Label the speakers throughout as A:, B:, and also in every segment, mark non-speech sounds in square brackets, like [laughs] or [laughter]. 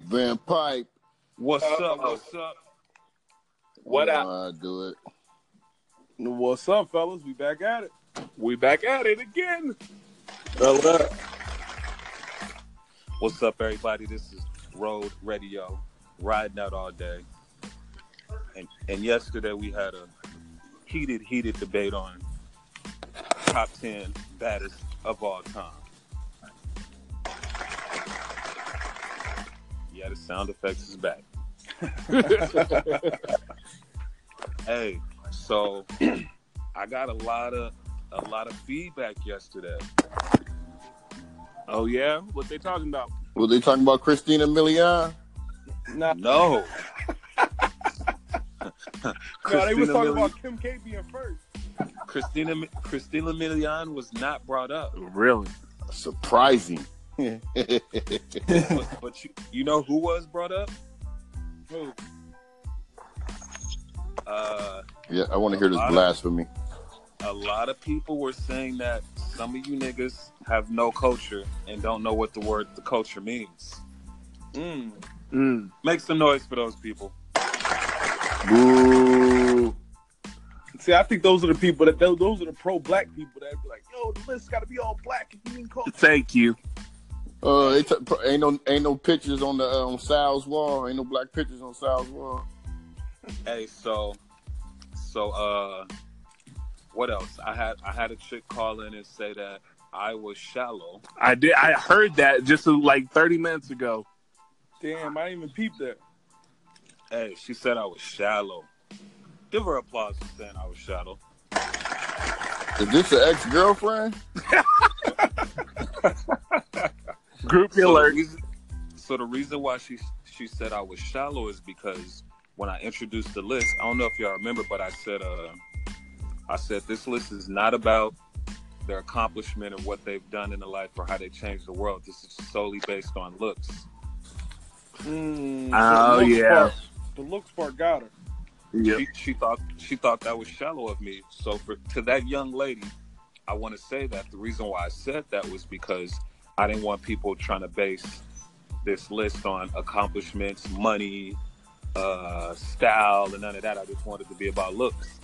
A: Van Pipe.
B: What's up? What's up?
C: Uh, oh. What
A: you know
C: up?
A: how I do it.
B: What's up, fellas? We back at it.
C: We back at it again.
B: Hello.
C: What's up, everybody? This is Road Radio, riding out all day. And and yesterday we had a heated, heated debate on top ten baddest of all time. Yeah, the sound effects is
B: [laughs]
C: back. hey, so I got a lot of a lot of feedback yesterday.
B: Oh yeah, what they talking about?
A: Were they talking about Christina Milian?
B: Nah,
C: No.
B: nah, they was
C: Christina Milian-
B: talking about Kim K being first.
C: Christina Christina Milian was not brought up,
B: Really?
C: [laughs]
A: Surprising.
C: but, but you, you know who was brought up?
B: Who?
C: Uh,
A: yeah, I want to hear this
C: Lotta-
A: blasphemy.
C: a lot of people were saying that some of you niggas have no culture and don't know what the word the culture means. Mm.
B: Mm.
C: Make some noise for those people.
A: Boo.
B: See, I think those are the people that those, those are the pro-black people that be like, "Yo, the list got to be all black if you ain't call."
C: Thank you.
A: Uh, they t- pro- ain't no ain't no pictures on the uh, on Sal's wall. Ain't no black pictures on Sal's wall.
C: Hey, so so uh what else? I had I had a chick call in and say that I was shallow.
D: I did. I heard that just like 30 minutes ago.
B: Damn, I didn't even peep that.
C: Hey, she said I was shallow. Give her applause for saying I was shallow.
A: Is this an ex girlfriend?
D: Groupie
C: So the,
D: alert.
C: reason, so the reason why she she said I was shallow is because when I introduced the list, I don't know if y'all remember, but I said uh I said this list is not about their accomplishment or what they've done in their life or how they changed the world. This is solely based on looks.
B: Mm,
D: Oh,
B: the looks
D: yeah.
B: part- the looks part got her.
D: Yeah.
C: She, she thought she thought that was shallow of me. So for to that young lady, I want to say that the reason why I said that was because I didn't want people trying to base this list on accomplishments, money, uh, style, and none of that. I just wanted to be about looks.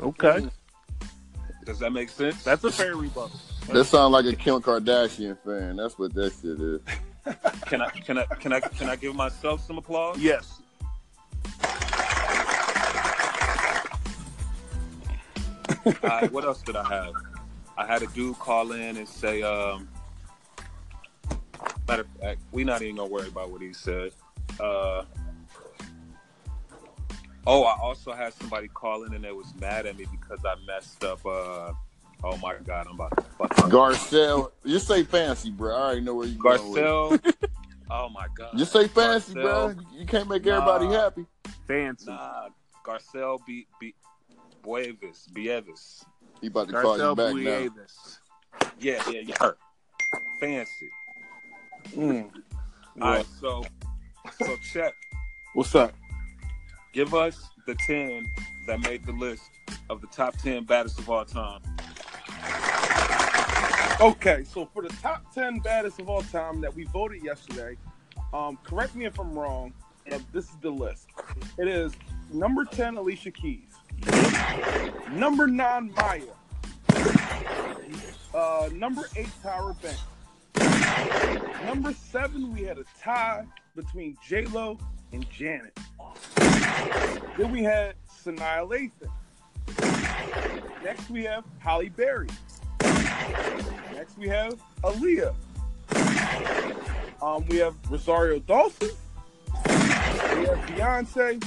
D: Okay.
B: Mm.
C: Does that make sense?
D: That's a fair rebuttal.
A: That sounds like a Kim Kardashian fan. That's what that shit is.
C: can I can I can I can I give myself some applause?
D: Yes.
C: I, what else did I have? I had a dude call in and say, um, matter of fact, we not even gonna worry about what he said. Uh, oh, I also had somebody call in and they was mad at me because I messed up. Uh, oh my god, I'm about to fuck up.
A: Garcelle, just say fancy, bro. I already know where you going. with it.
C: Garcelle. [laughs] oh my god.
A: Just say fancy,
C: Garcelle.
A: bro. You can't make everybody
C: Nah.
A: happy.
D: Fancy.
C: Nah, Garcelle be be Buevis, Bievis.
A: He about to call you
D: Garcelle
A: back now.
D: Buiavis.
C: Yeah, yeah, yeah. her. Fancy.
B: Mm.
C: All right, so so check.
B: What's up?
C: Give us the 10 that made the list of the top 10 baddest of all time.
B: Okay, so for the top 10 baddest of all time that we voted yesterday, um, correct me if I'm wrong, but this is the list. It is number 10, Alicia Keys. Number 9, Maya. Uh, number 8, Tyra Banks. Number 7, we had a tie between J-Lo and Janet. Then we had Sanaa Lathan. Next, we have Holly Berry. Next, we have Aaliyah. Um, we have Rosario Dawson. We have Beyonce.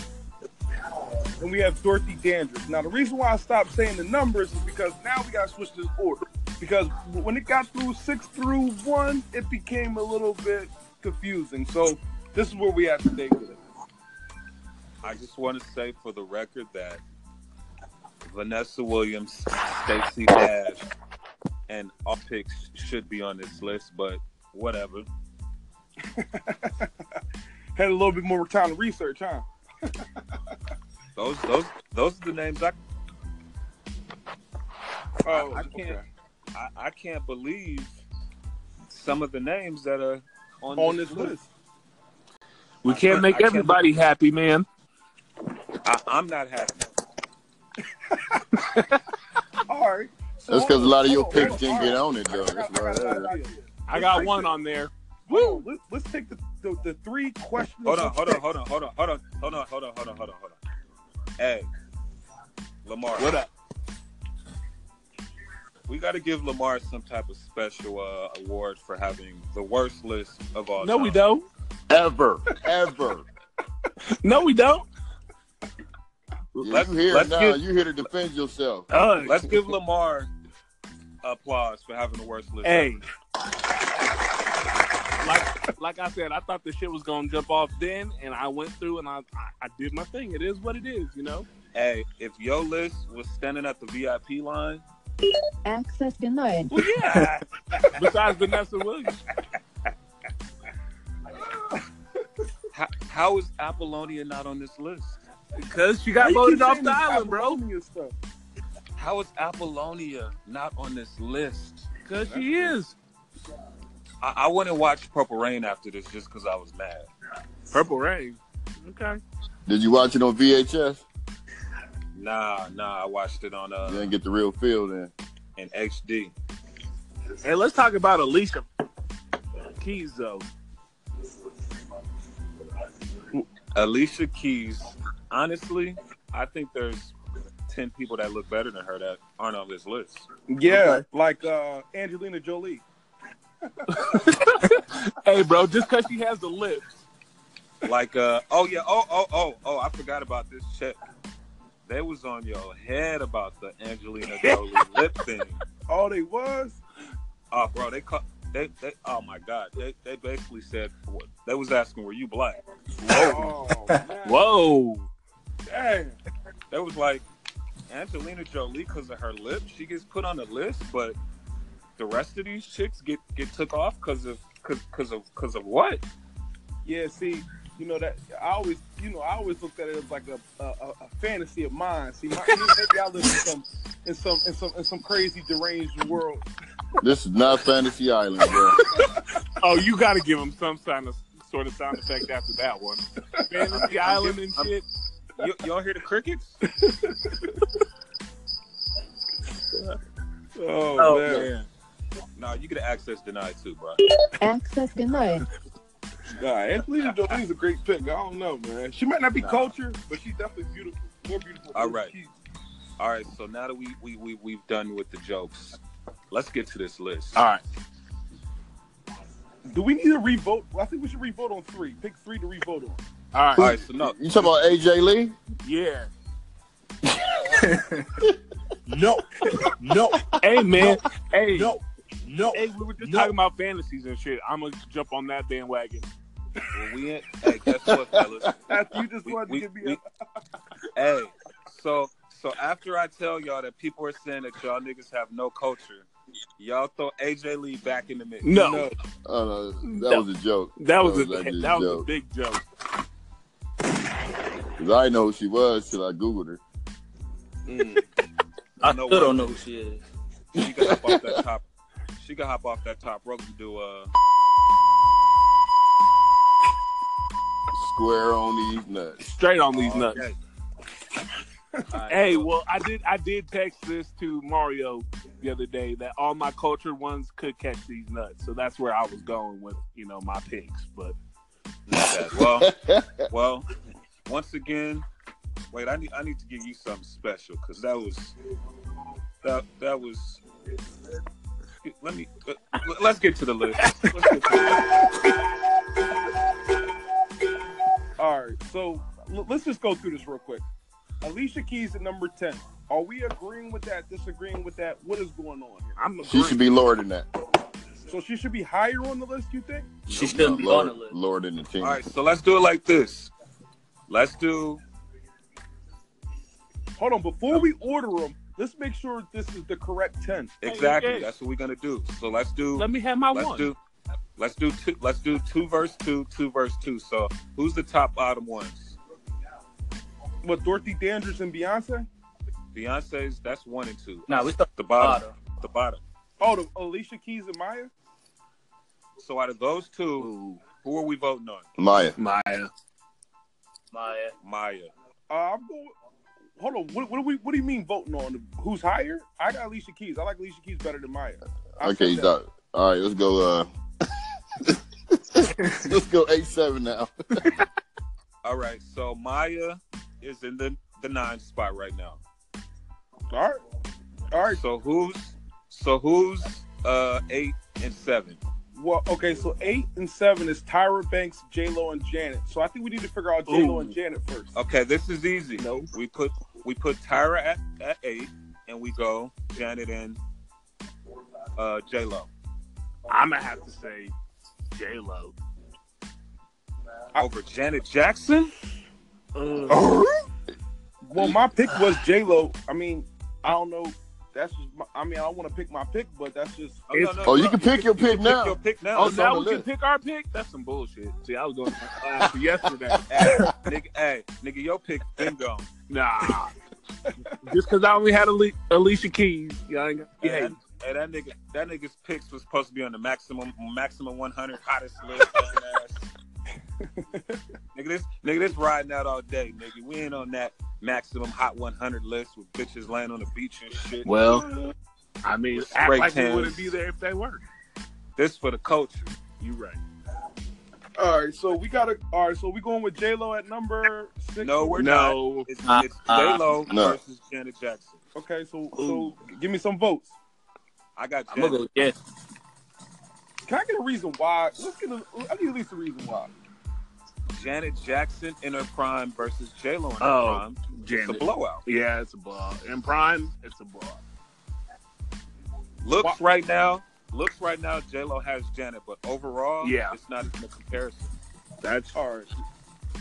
B: And we have Dorothy Dandridge. Now, the reason why I stopped saying the numbers is because now we got to switch this order. Because when it got through six through one, it became a little bit confusing. So, this is where we have to take with it.
C: I just want to say for the record that Vanessa Williams, Stacey Dash, and all picks should be on this list, but whatever.
B: Had a little bit more time to research, huh?
C: Those those those are the names I
B: Oh,
C: I can't- I, I can't believe some of the names that are on,
B: On this list.
D: We can't make
C: I can't-
D: everybody happy, man.
C: I, I'm not happy.
B: All right. So
A: That's because a lot of your
B: hold on,
A: picks didn't
B: hold
A: get
B: on.
A: on it, though. That's
B: I
A: why uh,
B: got- I got an
A: that
B: idea.
D: I got one on there.
B: Hold on, Let's, let's take the, the, the three questions.
C: Hold on, hold on, hold on, hold on, hold on, hold on, hold on, hold on, hold on, hold on. Hey, Lamar,
D: What up?
C: we got to give Lamar some type of special uh, award for having the worst list of all.
D: No,
C: time.
D: we don't.
A: ever, ever.
D: No, we don't.
A: Yeah,
C: Let's-
A: you here
C: let's
A: now.
C: give-
A: you here to defend yourself.
D: Uh,
C: Let's give Lamar applause for having the worst list.
D: hey. Like, like I said, I thought the shit was gonna jump off then, and I went through and I, I, I did my thing. It is what it is, you know.
C: Hey, if your list was standing at the VIP line,
E: Access denied.
D: Well, yeah. [laughs] Besides Vanessa Williams,
C: how, how is Apollonia not on this list?
D: because she
B: Why
D: got
B: you
D: voted
B: keep
D: off
B: saying
D: the
B: this
D: island, bro.
B: Apollonia stuff?
C: How is Apollonia not on this list?
D: Because she is.
C: I, I wouldn't watch Purple Rain after this just because I was mad.
D: Purple Rain. Okay.
A: Did you watch it on VHS?
C: Nah, nah, I watched it on uh
A: You didn't get the real feel then.
C: in HD.
D: Hey, let's talk about Alicia Keys, though.
C: Alicia Keys. Honestly, I think there's ten people that look better than her that aren't on this list.
B: Yeah, like uh, Angelina Jolie.
D: Hey, bro, just because she has the lips.
C: Like, uh, oh yeah, oh oh oh oh, I forgot about this check. They was on your head about the Angelina Jolie lip thing.
B: All they was.
C: Oh, bro, they cut. They, they, oh my God! They, they basically said they was asking, "Were you black?"
B: Oh, [laughs] man.
D: Whoa.
B: Damn.
C: They was like, Angelina Jolie, because of her lips, she gets put on the list, but the rest of these chicks get get took off because of because of because of what?
B: Yeah, see, you know that I always, you know, I always looked at it as like a a, a- a fantasy of mine. See, my, maybe I live in some in some in some in some crazy deranged world.
A: This is not Fantasy Island, bro.
D: Oh, you got to give him some sign of, sort of sound effect after that [laughs] one. Fantasy Island and
C: I'm-
D: shit.
C: You, y'all hear the crickets?
B: Oh, man.
C: No, you get access denied too, bro.
E: Access denied.
B: Nah, Angelina Jolie's a great pick. I don't know, man. She might not be
C: Nah.
B: cultured, but she's definitely beautiful. More beautiful.
C: All
B: than
C: right.
B: she-
C: All right, so now that we we we we've done with the jokes, let's get to this list.
D: All right.
B: Do we need to revote? I think we should revote on three. Pick three to revote on.
D: All
C: All
D: right.
C: right, so no,
A: You talking about AJ Lee?
D: Yeah.
F: No, no,
D: Hey, man. Hey.
F: no, no.
D: Hey, we were just
F: No.
D: talking about fantasies and shit. I'm going to jump on that bandwagon.
C: well, we ain't. Hey, guess what, fellas?
B: After you just
C: We-
B: wanted
C: we-
B: to give me
C: we- Hey, so so after I tell y'all that people are saying that y'all niggas have no culture, y'all throw AJ Lee back in the mix.
D: No.
A: Oh, no, that
D: No.
A: was a joke.
D: That was, a,
A: actually
D: that was a
A: joke.
D: big joke.
A: 'Cause I didn't know who she was till I googled her.
C: I
G: I
C: know
G: still
C: what-
G: don't know who she is.
C: She can hop off that top. She can hop off that top rope and do uh
A: Square on these nuts.
D: Straight on these
C: all
D: nuts.
C: day. All right,
D: Hey,
C: so-
D: well, I did. I did text this to Mario the other day that all my cultured ones could catch these nuts. So that's where I was going with you know my picks. But
C: Okay, Well, well, once again, wait. I need I need to give you something special because that was that that was. Let me let, let's get to the list. Let's get to the
B: All right, so l- let's just go through this real quick. Alicia Keys at number ten. Are we agreeing with that? Disagreeing with that? What is going on here?
D: I'm
A: She
D: agreeing.
A: should be lower than that.
B: So she should be higher on the list, you think?
G: She shouldn't be on
A: Uh, lower,
G: the list.
A: lower than the team.
C: All right, so let's do it like this. Let's do
B: Hold on, before we order them, let's make sure this is the correct ten.
C: exactly.
D: okay.
C: That's what we're gonna do. So let's do
D: Let me have my
C: let's
D: one.
C: do let's do two let's do two verse two two verse two. So who's the top bottom ones?
B: What Dorothy Dandridge and Beyonce?
C: Beyonce's that's one and two.
G: Nah, we stuck
C: the bottom
G: bottom.
C: the bottom.
B: Oh, the Alicia Keys and Maya.
C: So out of those two,
D: Ooh.
C: Who are we voting on?
A: Maya.
D: Maya.
G: Maya.
C: Maya.
B: Uh, I'm going. Hold on. What, what do we? What do you mean voting on who's higher? I got Alicia Keys. I like Alicia Keys better than Maya. I
A: Okay,
B: said that.
A: doc. All right, let's go. Uh, [laughs] let's go eight seven now.
C: All right, so Maya is in the the nine spot right now.
B: All right. All right.
C: So who's so who's uh eight and seven?
B: Well, okay. So eight and seven is Tyra Banks, J Lo, and Janet. So I think we need to figure out J Lo
D: Ooh.
B: and Janet first.
C: Okay, this is easy.
D: No.
C: We put we put Tyra at, at eight, and we go Janet and uh, J Lo.
D: I'm gonna have to say J Lo.
C: Over Janet Jackson?
G: Mm.
B: Well, my pick was J Lo. I mean, I don't know. That's just. My, I mean, I want to pick my pick, but that's just.
C: Oh, no, no,
A: Oh, you
C: no,
A: can pick your pick
C: pick your
A: now.
C: pick now.
A: Oh,
D: Oh,
A: it's
D: now
A: on
D: we
A: the
D: can
A: list.
D: pick our pick. That's some bullshit. See, I was going to my [laughs] class yesterday.
C: hey, nigga, hey, nigga, your pick been
D: [laughs]
C: gone.
D: Nah, just because I only had Ali- Alicia Keys, y'all ain't got-
C: Hey,
D: yeah.
C: that- Hey, that nigga, that nigga's picks was supposed to be on the maximum, maximum 100 hottest list. fucking
D: [laughs]
C: ass. nigga, this, nigga, this riding out all day, nigga. We ain't on that maximum hot 100 list with bitches laying on the beach and shit.
D: Well, I mean, act
C: Straight
D: like
C: tens.
D: we wouldn't be there if they were.
C: This for the culture.
D: You right?
B: All right. So we got to. All right. So we going with J Lo at number six.
C: No, we're not.
D: No,
C: It's,
G: Uh,
C: it's
G: uh,
C: J Lo
A: no.
C: versus Janet Jackson.
B: Okay. So so give me some votes.
C: I got
G: I'm
C: Janet.
G: gonna go yes.
B: Can I get a reason why? Let's get a. I need at least a reason why.
C: Janet Jackson in her prime versus J Lo in her
D: Oh,
C: prime. It's a
D: Janet.
C: blowout.
D: Yeah, it's a ball. In prime, it's a ball.
C: Looks right now, looks right now. J Lo has Janet, but overall,
D: Yeah.
C: it's not even a comparison. [laughs]
D: That's
B: All right.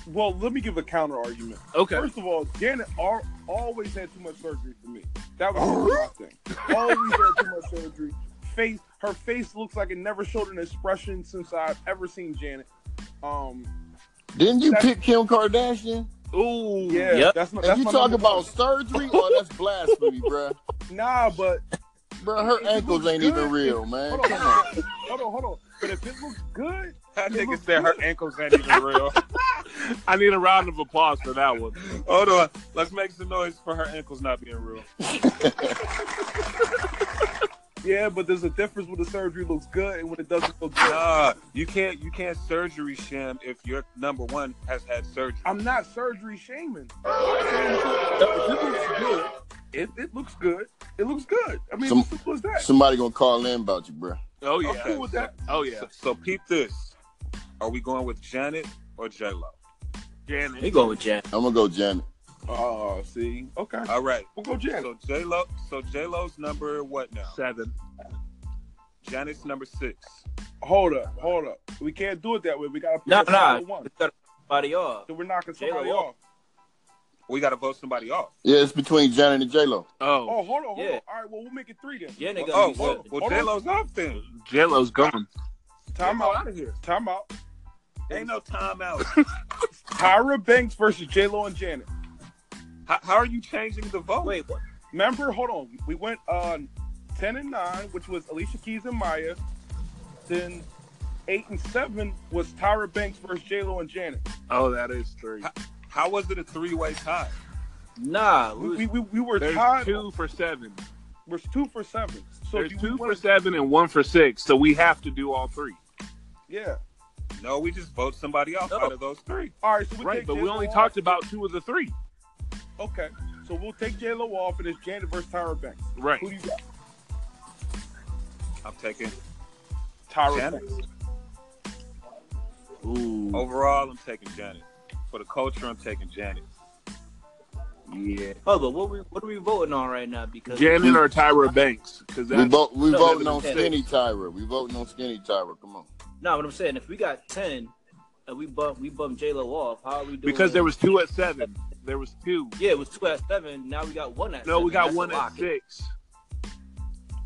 B: Well, let me give a counter argument.
D: okay.
B: First of all, Janet al- always had too much surgery for me. That was my thing. Always had too much surgery. Face, her face looks like it never showed an expression since I've ever seen Janet. Um,
A: Didn't you
B: That's-
A: pick Kim Kardashian?
D: Ooh,
B: yeah,
G: Yep.
B: that's my.
A: And
B: That's
A: you
B: my
A: talk
B: number
A: about surgery? Oh, that's blasphemy, bruh.
B: one. nah,
A: [laughs]
B: but
A: Bruh, her
B: It
A: ankles ain't
B: looks
A: even
B: good.
A: real, man.
B: hold on,
A: Come on.
B: hold on, hold on. But if it looks good,
C: That
B: It
D: [laughs]
C: nigga
B: looks
C: said her ankles ain't even real.
D: I need [laughs] a round of applause for that one.
C: Hold on. Let's make some noise for her ankles not being real.
B: yeah. But there's a difference when the surgery looks good and when it doesn't look good.
C: Nah, you can't you can't surgery sham if your number one has had surgery.
B: I'm not surgery shaming. If it looks good, if it looks good, it looks good. I mean,
A: Some-
B: what's what's that?
A: Somebody gonna call in about you, bruh.
D: Oh
B: I'm
D: yeah.
B: cool with that.
D: Oh yeah.
C: So, so peep this. Are we going with Janet or J Lo?
D: Janet.
G: We go with Janet.
A: I'm gonna go Janet.
B: Oh, see, okay,
C: All right.
B: we'll go Janet.
C: So J Lo. So J Lo's number what now?
D: Seven.
C: Janet's number six.
B: Hold up, hold up. We can't do it that way. We gotta pick
G: No,
B: a
G: no.
B: solid one.
G: Somebody off.
B: So we're knocking
G: J-Lo
B: somebody
G: off.
B: off.
C: We got to vote somebody off.
A: Yeah, it's between Janet and J Lo.
D: Oh,
B: Oh, hold on, hold
G: Yeah.
B: on. All right, well, we'll make it three then.
G: Yeah, nigga.
C: Oh,
G: you
C: well,
G: said-
C: well
B: Hold on.
C: J Lo's off then.
D: J Lo's gone.
B: Time
C: J-Lo
B: out.
C: outta here.
B: Time out.
C: Ain't no
G: [laughs]
C: timeout.
B: Tyra Banks versus J Lo and Janet.
C: how, how are you changing the vote?
G: Wait, what?
B: Remember, hold on. We went uh, ten and nine, which was Alicia Keys and Maya. Then eight and seven was Tyra Banks versus J Lo and Janet.
D: Oh, that is three.
C: How was it a three-way tie?
G: Nah, we
B: We,
G: was-
B: we, we, we were
D: There's
B: tied.
D: two for seven.
B: We're two for seven. So
D: There's
B: do we
D: two for
B: wanna-
D: seven and one for six. So we have to do all three.
B: Yeah.
C: No, we just vote somebody off
G: No.
C: out of those three.
B: All right. So we
D: Right,
B: take
D: but we
B: J-Lo
D: only
B: off.
D: talked about two of the three.
B: Okay. So we'll take J Lo off, and it's Janet versus Tyra Banks.
D: Right.
B: Who do you got?
C: I'm taking
B: Tyra
C: Janet.
B: Banks.
D: Ooh.
C: Overall, I'm taking Janet. For the culture, I'm taking Janet.
D: Yeah.
G: oh, but what we what are we voting on right now? Because
D: Janet or Tyra Banks? Because
A: We
D: that's
A: vote. We
G: No,
A: voting
G: no,
A: on
G: no.
A: skinny Tyra. We voting on skinny Tyra. Come on.
G: no, what I'm saying, if we got ten and we bump we bump J Lo off, how are we doing?
D: because there was two at seven. There was two.
G: yeah, it was two at seven. Now we got one at
D: No, we
G: seven.
D: got
G: That's a
D: one at
G: lock.
D: six.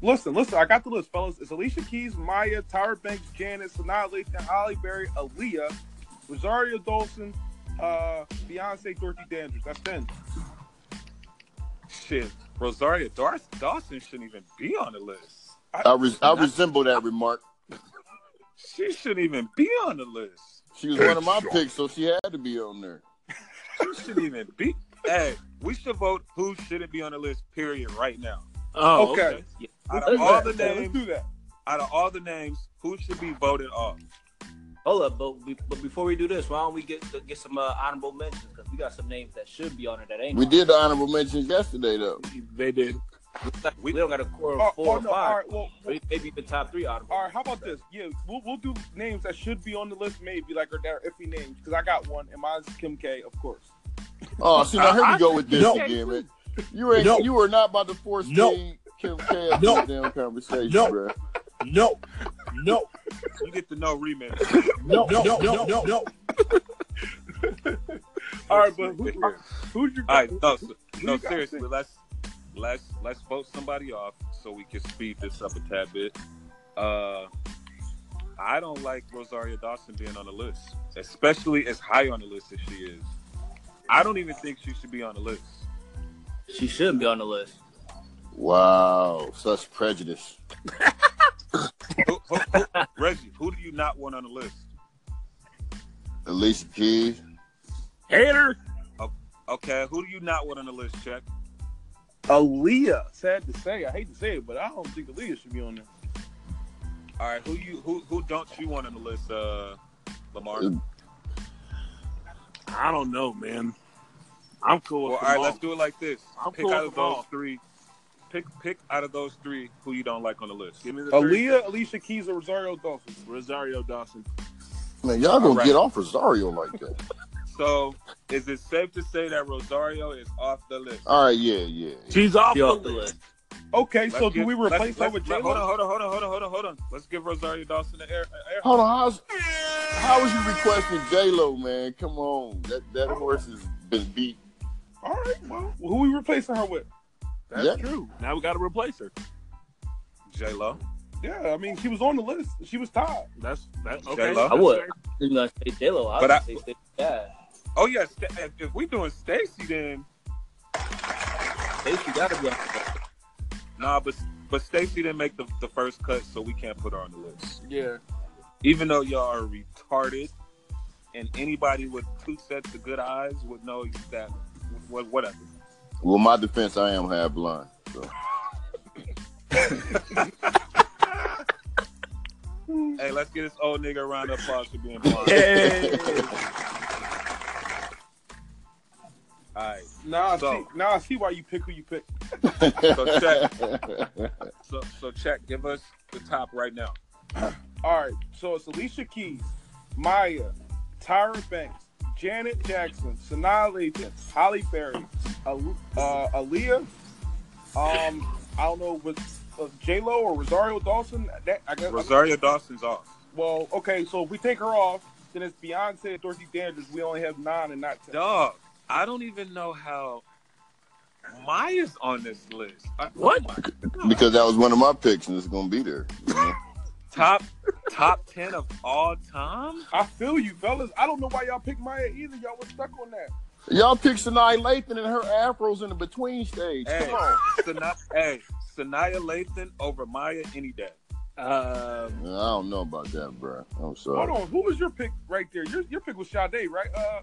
B: Listen, listen. I got the list, fellas. It's Alicia Keys, Maya, Tyra Banks, Janet, Sanaa Lathan, Holly Berry, Aaliyah, Rosario Dawson, uh, Beyonce, Dorothy Dandridge. That's ten.
C: Shit, Rosaria Dar- Dawson shouldn't even be on the list.
A: I, res- I resemble that remark.
C: She shouldn't even be on the list.
A: She was one of my picks, so she had to be on there.
C: She shouldn't even be. Hey, we should vote who shouldn't be on the list. Period. Right now,
D: Oh,
B: Okay.
D: okay.
C: out
G: Let's
C: of
G: do
C: all
B: Yeah,
C: the
B: Let's
C: names,
B: do that.
C: out of all the names, who should be voted off?
G: Hold up, but, we, but before we do this, why don't we get get some uh, honorable mentions? Because we got some names that should be on it that ain't.
A: We
G: on
A: did the honorable mentions yesterday, though.
D: They did.
G: it. We don't got a core
B: Oh,
G: of four
B: oh,
G: or
B: no,
G: five.
B: all right, well, well,
G: Maybe- Maybe the top three honorable.
B: all right. How about this? Yeah, we'll, we'll do names that should be on the list, maybe like or their iffy names, because I got one, and mine's Kim K, of course.
A: Oh, see, now here we go with this
F: No.
A: again, man. You ain't,
F: No.
A: you were not about to force
F: No.
A: me, Kim K, out
F: No.
A: this damn conversation,
F: No.
A: bro.
F: No, no,
C: You get to know remix.
F: no, no, no, no, no, no.
B: All right, but who, who you?
C: All right, no, so-
B: who
C: no,
B: you got?
C: seriously, let's let's let's vote somebody off so we can speed this up a tad bit. Uh, I don't like Rosaria Dawson being on the list, especially as high on the list as she is. I don't even think she should be on the list.
G: She shouldn't be on the list.
A: Wow, such prejudice.
C: Who, who, who, Reggie, who do you not want on the list?
A: Alicia Keys,
D: Hater.
C: Okay, who do you not want on the list? Check.
B: Aaliyah. Sad to say, I hate to say it, but I don't think Aaliyah should be on there.
C: All right, who you who who don't you want on the list? Uh, Lamar.
A: Uh,
D: I don't know, man. I'm cool.
C: Well,
D: with
C: all right,
D: them
C: let's do it like this.
D: I'm
C: pick
D: cool
C: out
D: with
C: of
D: them
C: those
D: all.
C: three. Pick pick out of those three who you don't like on the list.
D: Give me the three.
B: Aaliyah, Alicia Keys, or Rosario Dawson.
D: Rosario Dawson.
A: man, y'all gonna
C: All right.
A: get off Rosario like that.
C: So, is it safe to say that Rosario is off the list?
A: All right, yeah, yeah.
D: She's off,
G: She off the list.
B: Okay,
C: Let's
B: so do
C: give-
B: we
C: let's-
B: replace her
C: let's-
B: with J
C: let- Hold on,
B: Lo?
C: hold on, hold on, hold on, hold on, hold on. Let's give Rosario Dawson an air. an air.
A: Hold on, how's, how is you requesting J Lo, man? Come on, that that horse has been beat.
B: All right, well, who we replacing her with?
D: That's
A: Yeah.
D: true. Now we got to replace her.
C: J Lo.
B: Yeah, I mean, she was on the list. She was tied.
D: That's that. Okay.
C: J-Lo?
D: that's
G: I would.
D: fair.
G: She's gonna say J Lo. I
C: But
G: would
C: I-
G: say Sta- yeah.
C: Oh yeah, Sta- if, if we doing Stacy, then
G: Stacey gotta be on the list.
C: nah, but but Stacy didn't make the, the first cut, so we can't put her on the list.
B: Yeah.
C: Even though y'all are retarded, and anybody with two sets of good eyes would know that. What whatever.
A: Well, my defense, I am half blind. So.
C: Hey, let's get this old nigga a round of applause for being blind. All right.
B: Now I
C: So-
B: see. Now I see why you pick who you pick.
C: So So, so check. Give us the top right now.
B: All right, so it's Alicia Keys, Maya, Tyra Banks, Janet Jackson, Sanaa Lathan, Holly Berry, Al- uh, Aaliyah. Um, I don't know with uh, J Lo or Rosario Dawson. That I guess.
C: Rosaria Dawson's off.
B: Well, okay, so if we take her off, then it's Beyonce and Dorothy Dandridge. We only have nine and not ten.
C: Dog, I don't even know how Maya's on this list. I-
D: What?
A: [laughs] because that was one of my picks, and it's gonna be there. you know?
C: Top top ten of all time?
B: I feel you, fellas. I don't know why y'all picked Maya either. Y'all were stuck on that.
A: Y'all picked Sinai Lathan and her afros in the between stage.
C: Hey,
A: Come on.
C: Sana- hey, Sanaya Lathan over Maya any day.
D: Uh,
A: Man, I don't know about that, bro. I'm sorry.
B: Hold on, who was your pick right there? Your, your pick was Sade, right? Uh,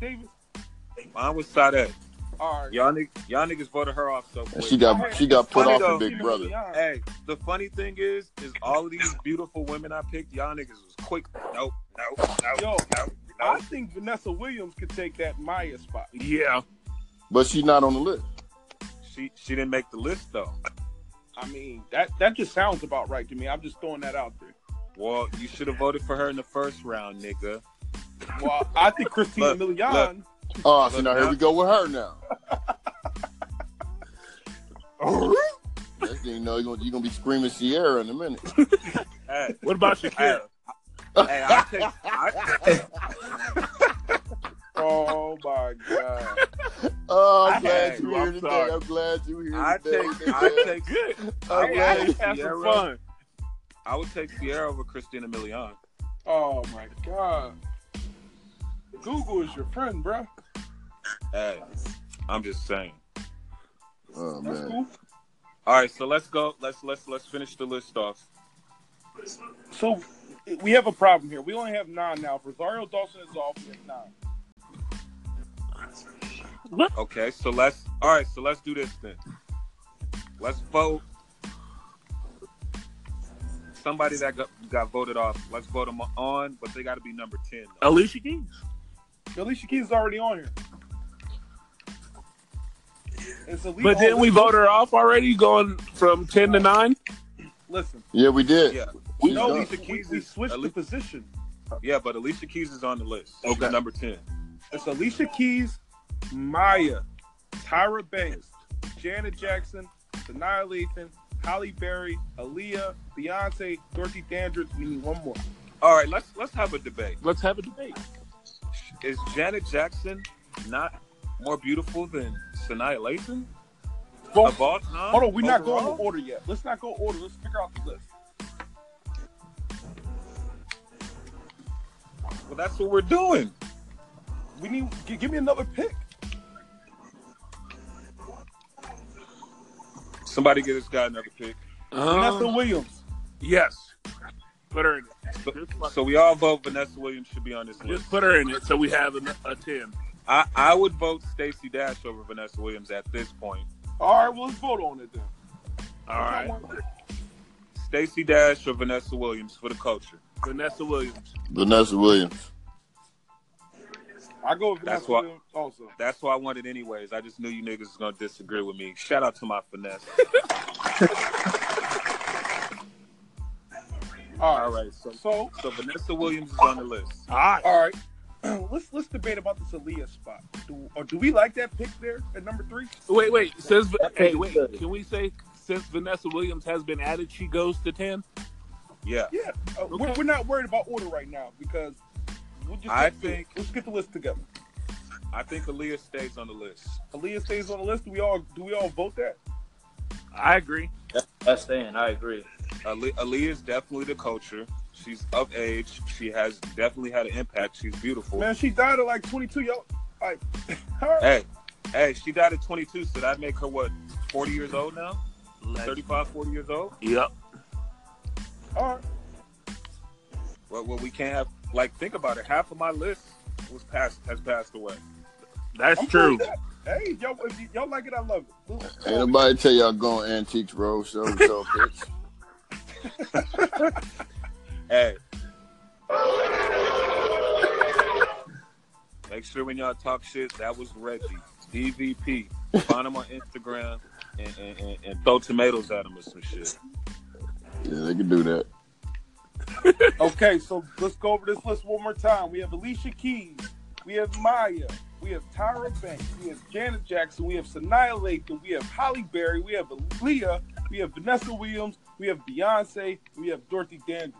B: David.
C: Mine was Sade.
B: All right.
C: Y'all, nig- y'all niggas voted her off so
A: And
C: quick.
A: she got she got put
C: Funny
A: off
C: though.
A: of Big Brother.
C: hey, the funny thing is, is all of these beautiful women I picked, y'all niggas was quick. Nope, nope, nope,
B: Yo,
C: nope,
B: I
C: nope.
B: think Vanessa Williams could take that Maya spot.
D: yeah.
A: But she's not on the list.
C: She she didn't make the list though.
B: I mean, that that just sounds about right to me. I'm just throwing that out there.
C: Well, you should have voted for her in the first round, nigga.
B: Well, I think Christina
C: Look,
B: Milian.
A: Oh, so
C: Look,
A: now here
C: now-
A: we go with her
C: [laughs]
A: now. Next thing you know, you're gonna, you're gonna be screaming Sierra in a minute.
C: Hey,
D: What about
C: hey,
D: Shakira?
C: hey, I take, I,
B: Oh my god!
A: Oh, I'm
C: I
A: glad
C: had
A: you
D: to,
A: were here
D: I'm
A: today.
D: sorry.
A: I'm glad you were here
C: I
A: today.
C: take,
A: man.
C: I take,
A: I'm
D: Hey,
A: glad-
D: I just have some
C: Sierra.
D: fun.
C: I would take Sierra over Christina Milian.
B: Oh my god! Google is your friend, bruh.
C: Hey, I'm just saying.
A: Oh
B: That's
A: man.
B: cool.
C: All right, so let's go. Let's let's let's finish the list off.
B: So, we have a problem here. We only have nine now. If Rosario Dawson is off. We have nine.
C: Okay, so let's all right, so let's do this then. Let's vote. Somebody that got, got voted off, let's vote them on, but they got to be number 10. though.
D: Alicia Keys.
B: Alicia Keys is already on here. It's a legal-
D: But didn't we vote her off already, going from 10 to 9?
B: Listen,
A: Yeah, we did.
C: Yeah.
B: we
A: She's
B: know
A: done.
B: Alicia Keys. We switched the
C: Alicia-
B: position.
C: Yeah, but Alicia Keys is on the list. She's
D: Okay.
C: number 10.
B: It's Alicia Keys, Maya, Tyra Banks, Janet Jackson, Sanaa Lathan, Holly Berry, Aaliyah, Beyonce, Dorothy Dandridge. We need one more.
C: All right, let's let's have a debate.
D: Let's have a debate.
C: Is Janet Jackson not more beautiful than Sanaa Lathan?
B: Well,
C: of all time?
B: Hold on, we're not going
C: overall?
B: to order yet. Let's not go order. Let's figure out the list.
C: Well, that's what we're doing.
B: We need. G- give me another pick.
C: Somebody give this guy another pick.
D: Um,
G: Um,
B: Vanessa Williams.
D: yes. Put her in it.
C: So,
D: Just fuck-
C: so we all vote Vanessa Williams should be on this list.
D: Just put her in it so we have an, a 10.
C: I, I would vote Stacey Dash over Vanessa Williams at this point.
B: All right, well, let's vote on it then.
D: All right.
C: Stacey Dash or Vanessa Williams for the culture.
D: Vanessa Williams.
A: Vanessa Williams.
B: I go with
C: That's
B: Vanessa
C: why-
B: Williams also.
C: That's why I wanted anyways. I just knew you niggas was gonna disagree with me. Shout out to my finesse.
B: All right.
C: All right, so
B: So,
C: so Vanessa Williams is on the list.
D: All right.
B: all right. [clears throat] Let's let's debate about this Aaliyah spot. Do, or do we like that pick there at number three?
D: Wait, wait. Since hey, wait.
G: good.
D: Can we say since Vanessa Williams has been added, she goes to ten?
C: Yeah.
B: Yeah, uh, we're, we're not worried about order right now because we'll just.
C: I
B: get the-
C: think-
B: let's get the list together.
C: I think Aaliyah stays on the list.
B: Aaliyah stays on the list. Do we all do we all vote that?
D: I agree.
G: That's staying. I agree.
C: Ali- Aaliyah is definitely the culture. She's of age. She has definitely had an impact. She's beautiful.
B: Man, she died at like 22. Yo, like [laughs] her.
C: Hey, hey, she died at 22, so that make her what 40 years old now? 35, 40 years old?
D: Yep.
B: All right.
C: Well, well, we can't have like think about it. Half of my list was passed has passed away.
D: That's
B: I'm cool
D: true.
B: with that. Hey, y'all, if y- y'all like it, I love it.
A: Ain't nobody tell y'all going antiques, bro. So, so bitch.
C: Hey. Make sure when y'all talk shit, that was Reggie, DVP. Find him on Instagram and, and, and, and throw tomatoes at him or some shit.
A: Yeah, they can do that.
B: Okay, so let's go over this list one more time. We have Alicia Keys, we have Maya, we have Tyra Banks, we have Janet Jackson, we have Sanaa Lathan, we have Holly Berry, we have Aaliyah, we have Vanessa Williams, we have Beyonce, we have Dorothy Dandridge.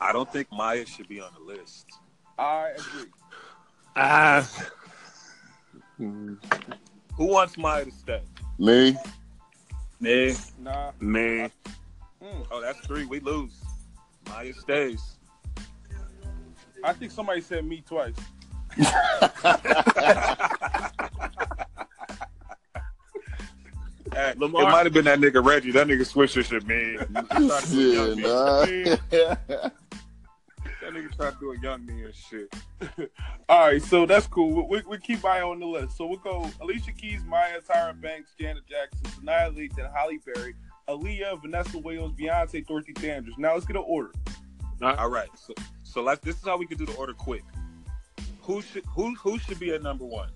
C: I don't think Maya should be on the list.
B: I agree.
D: Uh, Mm-hmm.
C: Who wants Maya to stay?
A: Me?
C: Me.
B: Nah,
D: man.
B: mm,
C: Oh, that's three. We lose. Maya stays.
B: I think somebody said me twice.
C: Hey,
D: Lamar-
C: It might have been that nigga Reggie. That nigga Swisher should mean. [laughs]
A: Yeah,
C: That
A: nah. [laughs]
C: nigga tried to do a young me and shit.
B: All right, so that's cool. We, we, we keep Maya on the list. So we'll go Alicia Keys, Maya, Tyra Banks, Janet Jackson, Sanaa Lathan, Holly Berry, Aaliyah, Vanessa Williams, Beyonce, Dorothy Dandridge. Now let's get an order.
C: All right. So, so let's, this is how we can do the order quick. Who should who who should be at number one?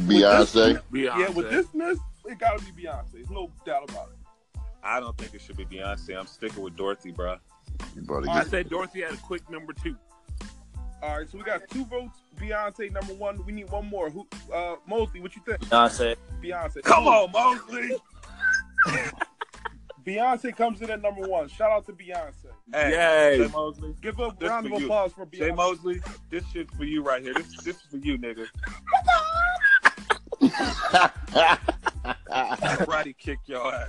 A: Beyonce.
D: Beyonce.
B: Yeah, with this list, it gotta be Beyonce. There's no doubt about it.
C: I don't think it should be Beyonce. I'm sticking with Dorothy, bro.
A: You better
D: I
A: get
D: said Dorothy had a quick number two.
B: All right, so we got two votes. Beyonce number one. We need one more. Who? Uh, Mosley, what you think?
G: Beyonce.
B: Beyonce.
C: Come on, Mosley.
B: Beyonce comes in at number one. Shout out to Beyonce.
C: Hey,
D: Yay.
C: Jay Mosley.
B: Give a
C: This
B: round
C: for
B: of
C: you.
B: applause for
C: Jay
B: Beyonce.
C: Mosley, this shit for you right here. This this is for you, nigga. Karate kick your ass.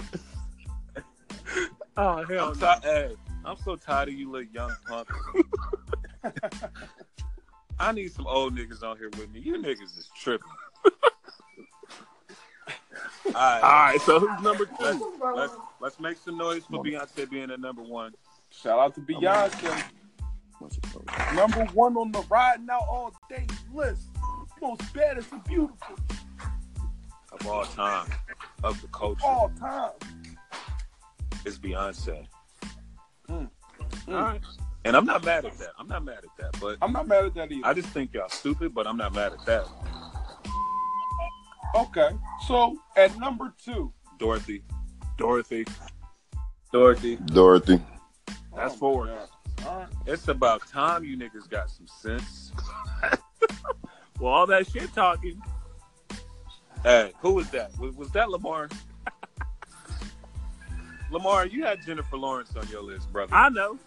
D: Oh hell
C: I'm, ti- hey, I'm so tired of you little young punk. I need some old niggas on here with me. You niggas is tripping. All right.
D: All right, so who's number two?
C: Let's, let's make some noise for Beyonce being at number one.
B: Shout out to Beyonce. Number one on the riding out all day list. Most baddest and beautiful
C: of all time of the
B: of
C: culture
B: all time.
C: is Beyonce.
B: Mm.
C: All right. And I'm not mad at that. I'm not mad at that. But
B: I'm not mad at that either.
C: I just think y'all stupid, but I'm not mad at that.
B: Okay. So at number two.
C: Dorothy,
D: Dorothy.
G: Dorothy.
A: [laughs] Dorothy.
C: That's
D: Oh.
B: Oh my
C: forward.
B: God. All right.
C: it's about time you niggas got some sense.
D: Well, all that shit talking.
C: Hey, who was that? Was, was that Lamar? Lamar, you had Jennifer Lawrence on your list, brother.
D: I know.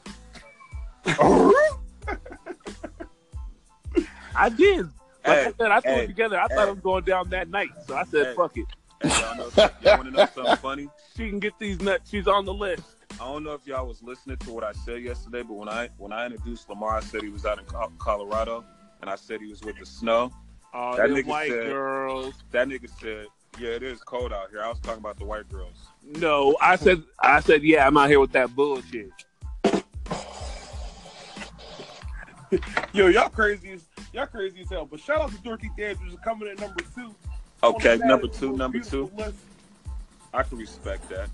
D: I did. Like
C: hey,
D: I said, I threw
C: hey,
D: it together. I thought
C: hey.
D: I was going down that night, so I said,
C: Hey.
D: "Fuck it."
C: hey, y'all, know, y'all want to know something funny?
D: She can get these nuts. She's on the list.
C: I don't know if y'all was listening to what I said yesterday, but when I when I introduced Lamar, I said he was out in Col- Colorado, and I said he was with the snow.
D: Oh,
C: That
D: them
C: nigga
D: white
C: said-
D: girls.
C: That nigga said, "Yeah, it is cold out here." I was talking about the white girls.
D: No, I said, I said, yeah, I'm out here with that bullshit.
B: Yo, y'all crazy as y'all crazy as hell. But shout out to Dorothy Dandridge for coming at number two.
C: Okay,
B: On the
C: number
B: baddest,
C: two,
B: most
C: number
B: beautiful
C: two.
B: list.
C: I can respect that.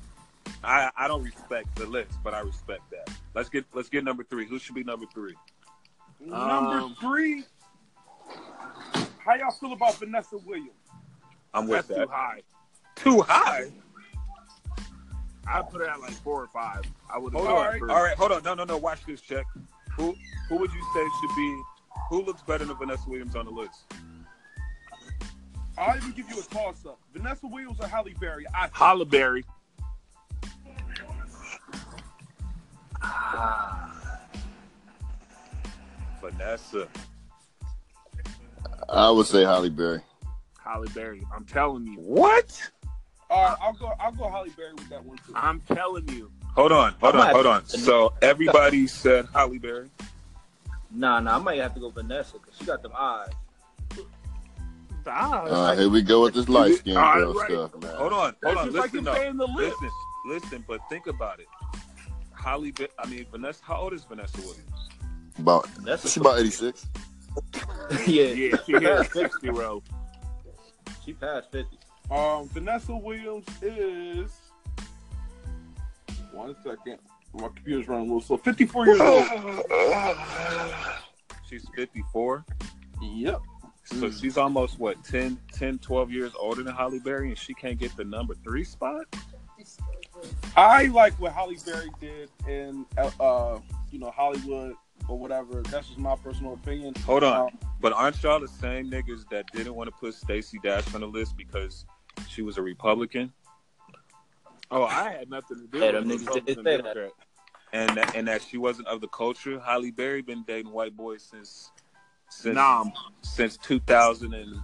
C: I I don't respect the list, but I respect that. Let's get let's get number three. Who should be number three?
B: Number
D: Um,
B: three. How y'all feel about Vanessa Williams?
C: I'm with
D: That's
C: that.
D: too high.
C: Too high.
D: I put it at like four or five. I would have.
C: Hold
B: All
C: on.
B: right.
C: All right. Hold on. No, no, no. Watch this check. Who who would you say should be? Who looks better than Vanessa Williams on the list?
B: I'll even give you a toss up. Vanessa Williams or Halle Berry? I think.
D: Holla Berry.
C: Vanessa.
A: I would say Holly Berry.
D: Holly Berry. I'm telling you.
C: What?
B: All right, I'll go. I'll go Halle Berry with that one too.
D: I'm telling you.
C: Hold on. Hold
G: I
C: on.
G: might-
C: Hold on. So
D: [laughs]
C: everybody said Holly Berry.
G: Nah, nah, I might have to go Vanessa because she got them eyes.
D: Ah,
A: Uh, here we go with this light skin
D: All
A: girl
D: right.
A: stuff, man.
C: Hold on. Hold
D: that's
C: on.
D: just like you
C: Listen up.
D: saying the list.
C: Listen. Listen. But think about it. Holly. Be- I mean Vanessa. How old is Vanessa Williams?
A: About
G: That's
A: she about eighty six.
G: [laughs] yeah,
D: Yeah,
C: [laughs]
D: she hit 60 row.
G: She passed fifty.
B: Um, Vanessa Williams is one second. My computer's running a little slow. Fifty-four years old.
C: She's 54.
B: Yep.
C: So
D: Hmm.
B: Mm.
C: she's almost what 10, 10, 12 years older than Holly Berry, and she can't get the number three spot.
B: I like what Halle Berry did in uh, uh, you know Hollywood or whatever. That's just my personal opinion.
C: Hold on.
B: Um,
C: But aren't y'all the same niggas that didn't want to put Stacey Dash on the list because she was a Republican?
D: Oh, I had nothing to do
G: Hey,
D: with
G: them
D: it.
G: niggas did- they
D: Republican
G: say that.
D: Democrat.
C: And that, and that she wasn't of the culture. Holly Berry been dating white boys since since
D: Nom.
C: since 2000 and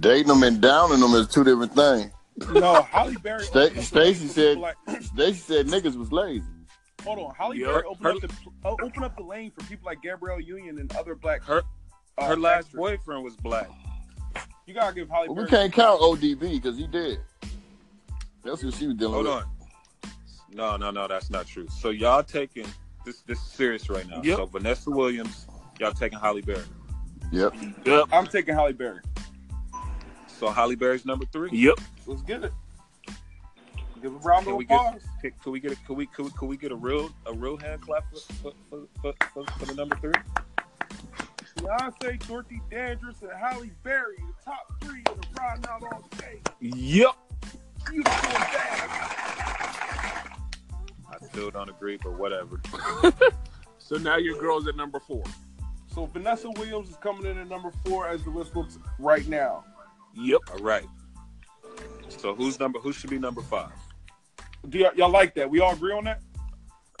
A: Dating them and downing them is two different things.
B: Um, no, Halle Berry.
A: Sta-
B: opened up
A: Stacey
B: the
A: said-
B: black-
A: They said niggas was lazy.
B: Hold on, Halle
D: Yeah,
B: Berry
C: her-
B: opened up the uh, opened up the lane for people like Gabrielle Union and other black.
C: her
B: uh,
C: her last
B: actors.
C: boyfriend was black.
B: You gotta give Halle
A: We
B: Berry.
A: can't count ODB because he did. That's what she was
D: Oh,
A: dealing
C: Hold
A: with.
C: on. No, no, no, that's not true. So y'all taking this this is serious right now.
D: Yep.
C: So Vanessa Williams, y'all taking Holly Berry.
A: Yep.
D: Yep.
B: I'm taking Halle Berry.
C: So Holly Berry's number three.
D: Yep.
B: Let's get it. Give a round
C: Can
B: of
C: we get-
B: applause.
C: Can, can we get a can we, can we can we get a real a real hand clap for for, for, for, for the number three?
B: Beyonce, Dorothy Dandridge, and Halle Berry, the top three of the Riding Out All Day.
D: Yep.
B: Beautiful bag.
C: I still don't agree, but whatever.
D: So now your girl's at number four.
B: So Vanessa Williams is coming in at number four as the list looks right now.
D: Yep.
C: All right. So who's number who should be number five?
B: Do y- y'all like that? We all agree on that?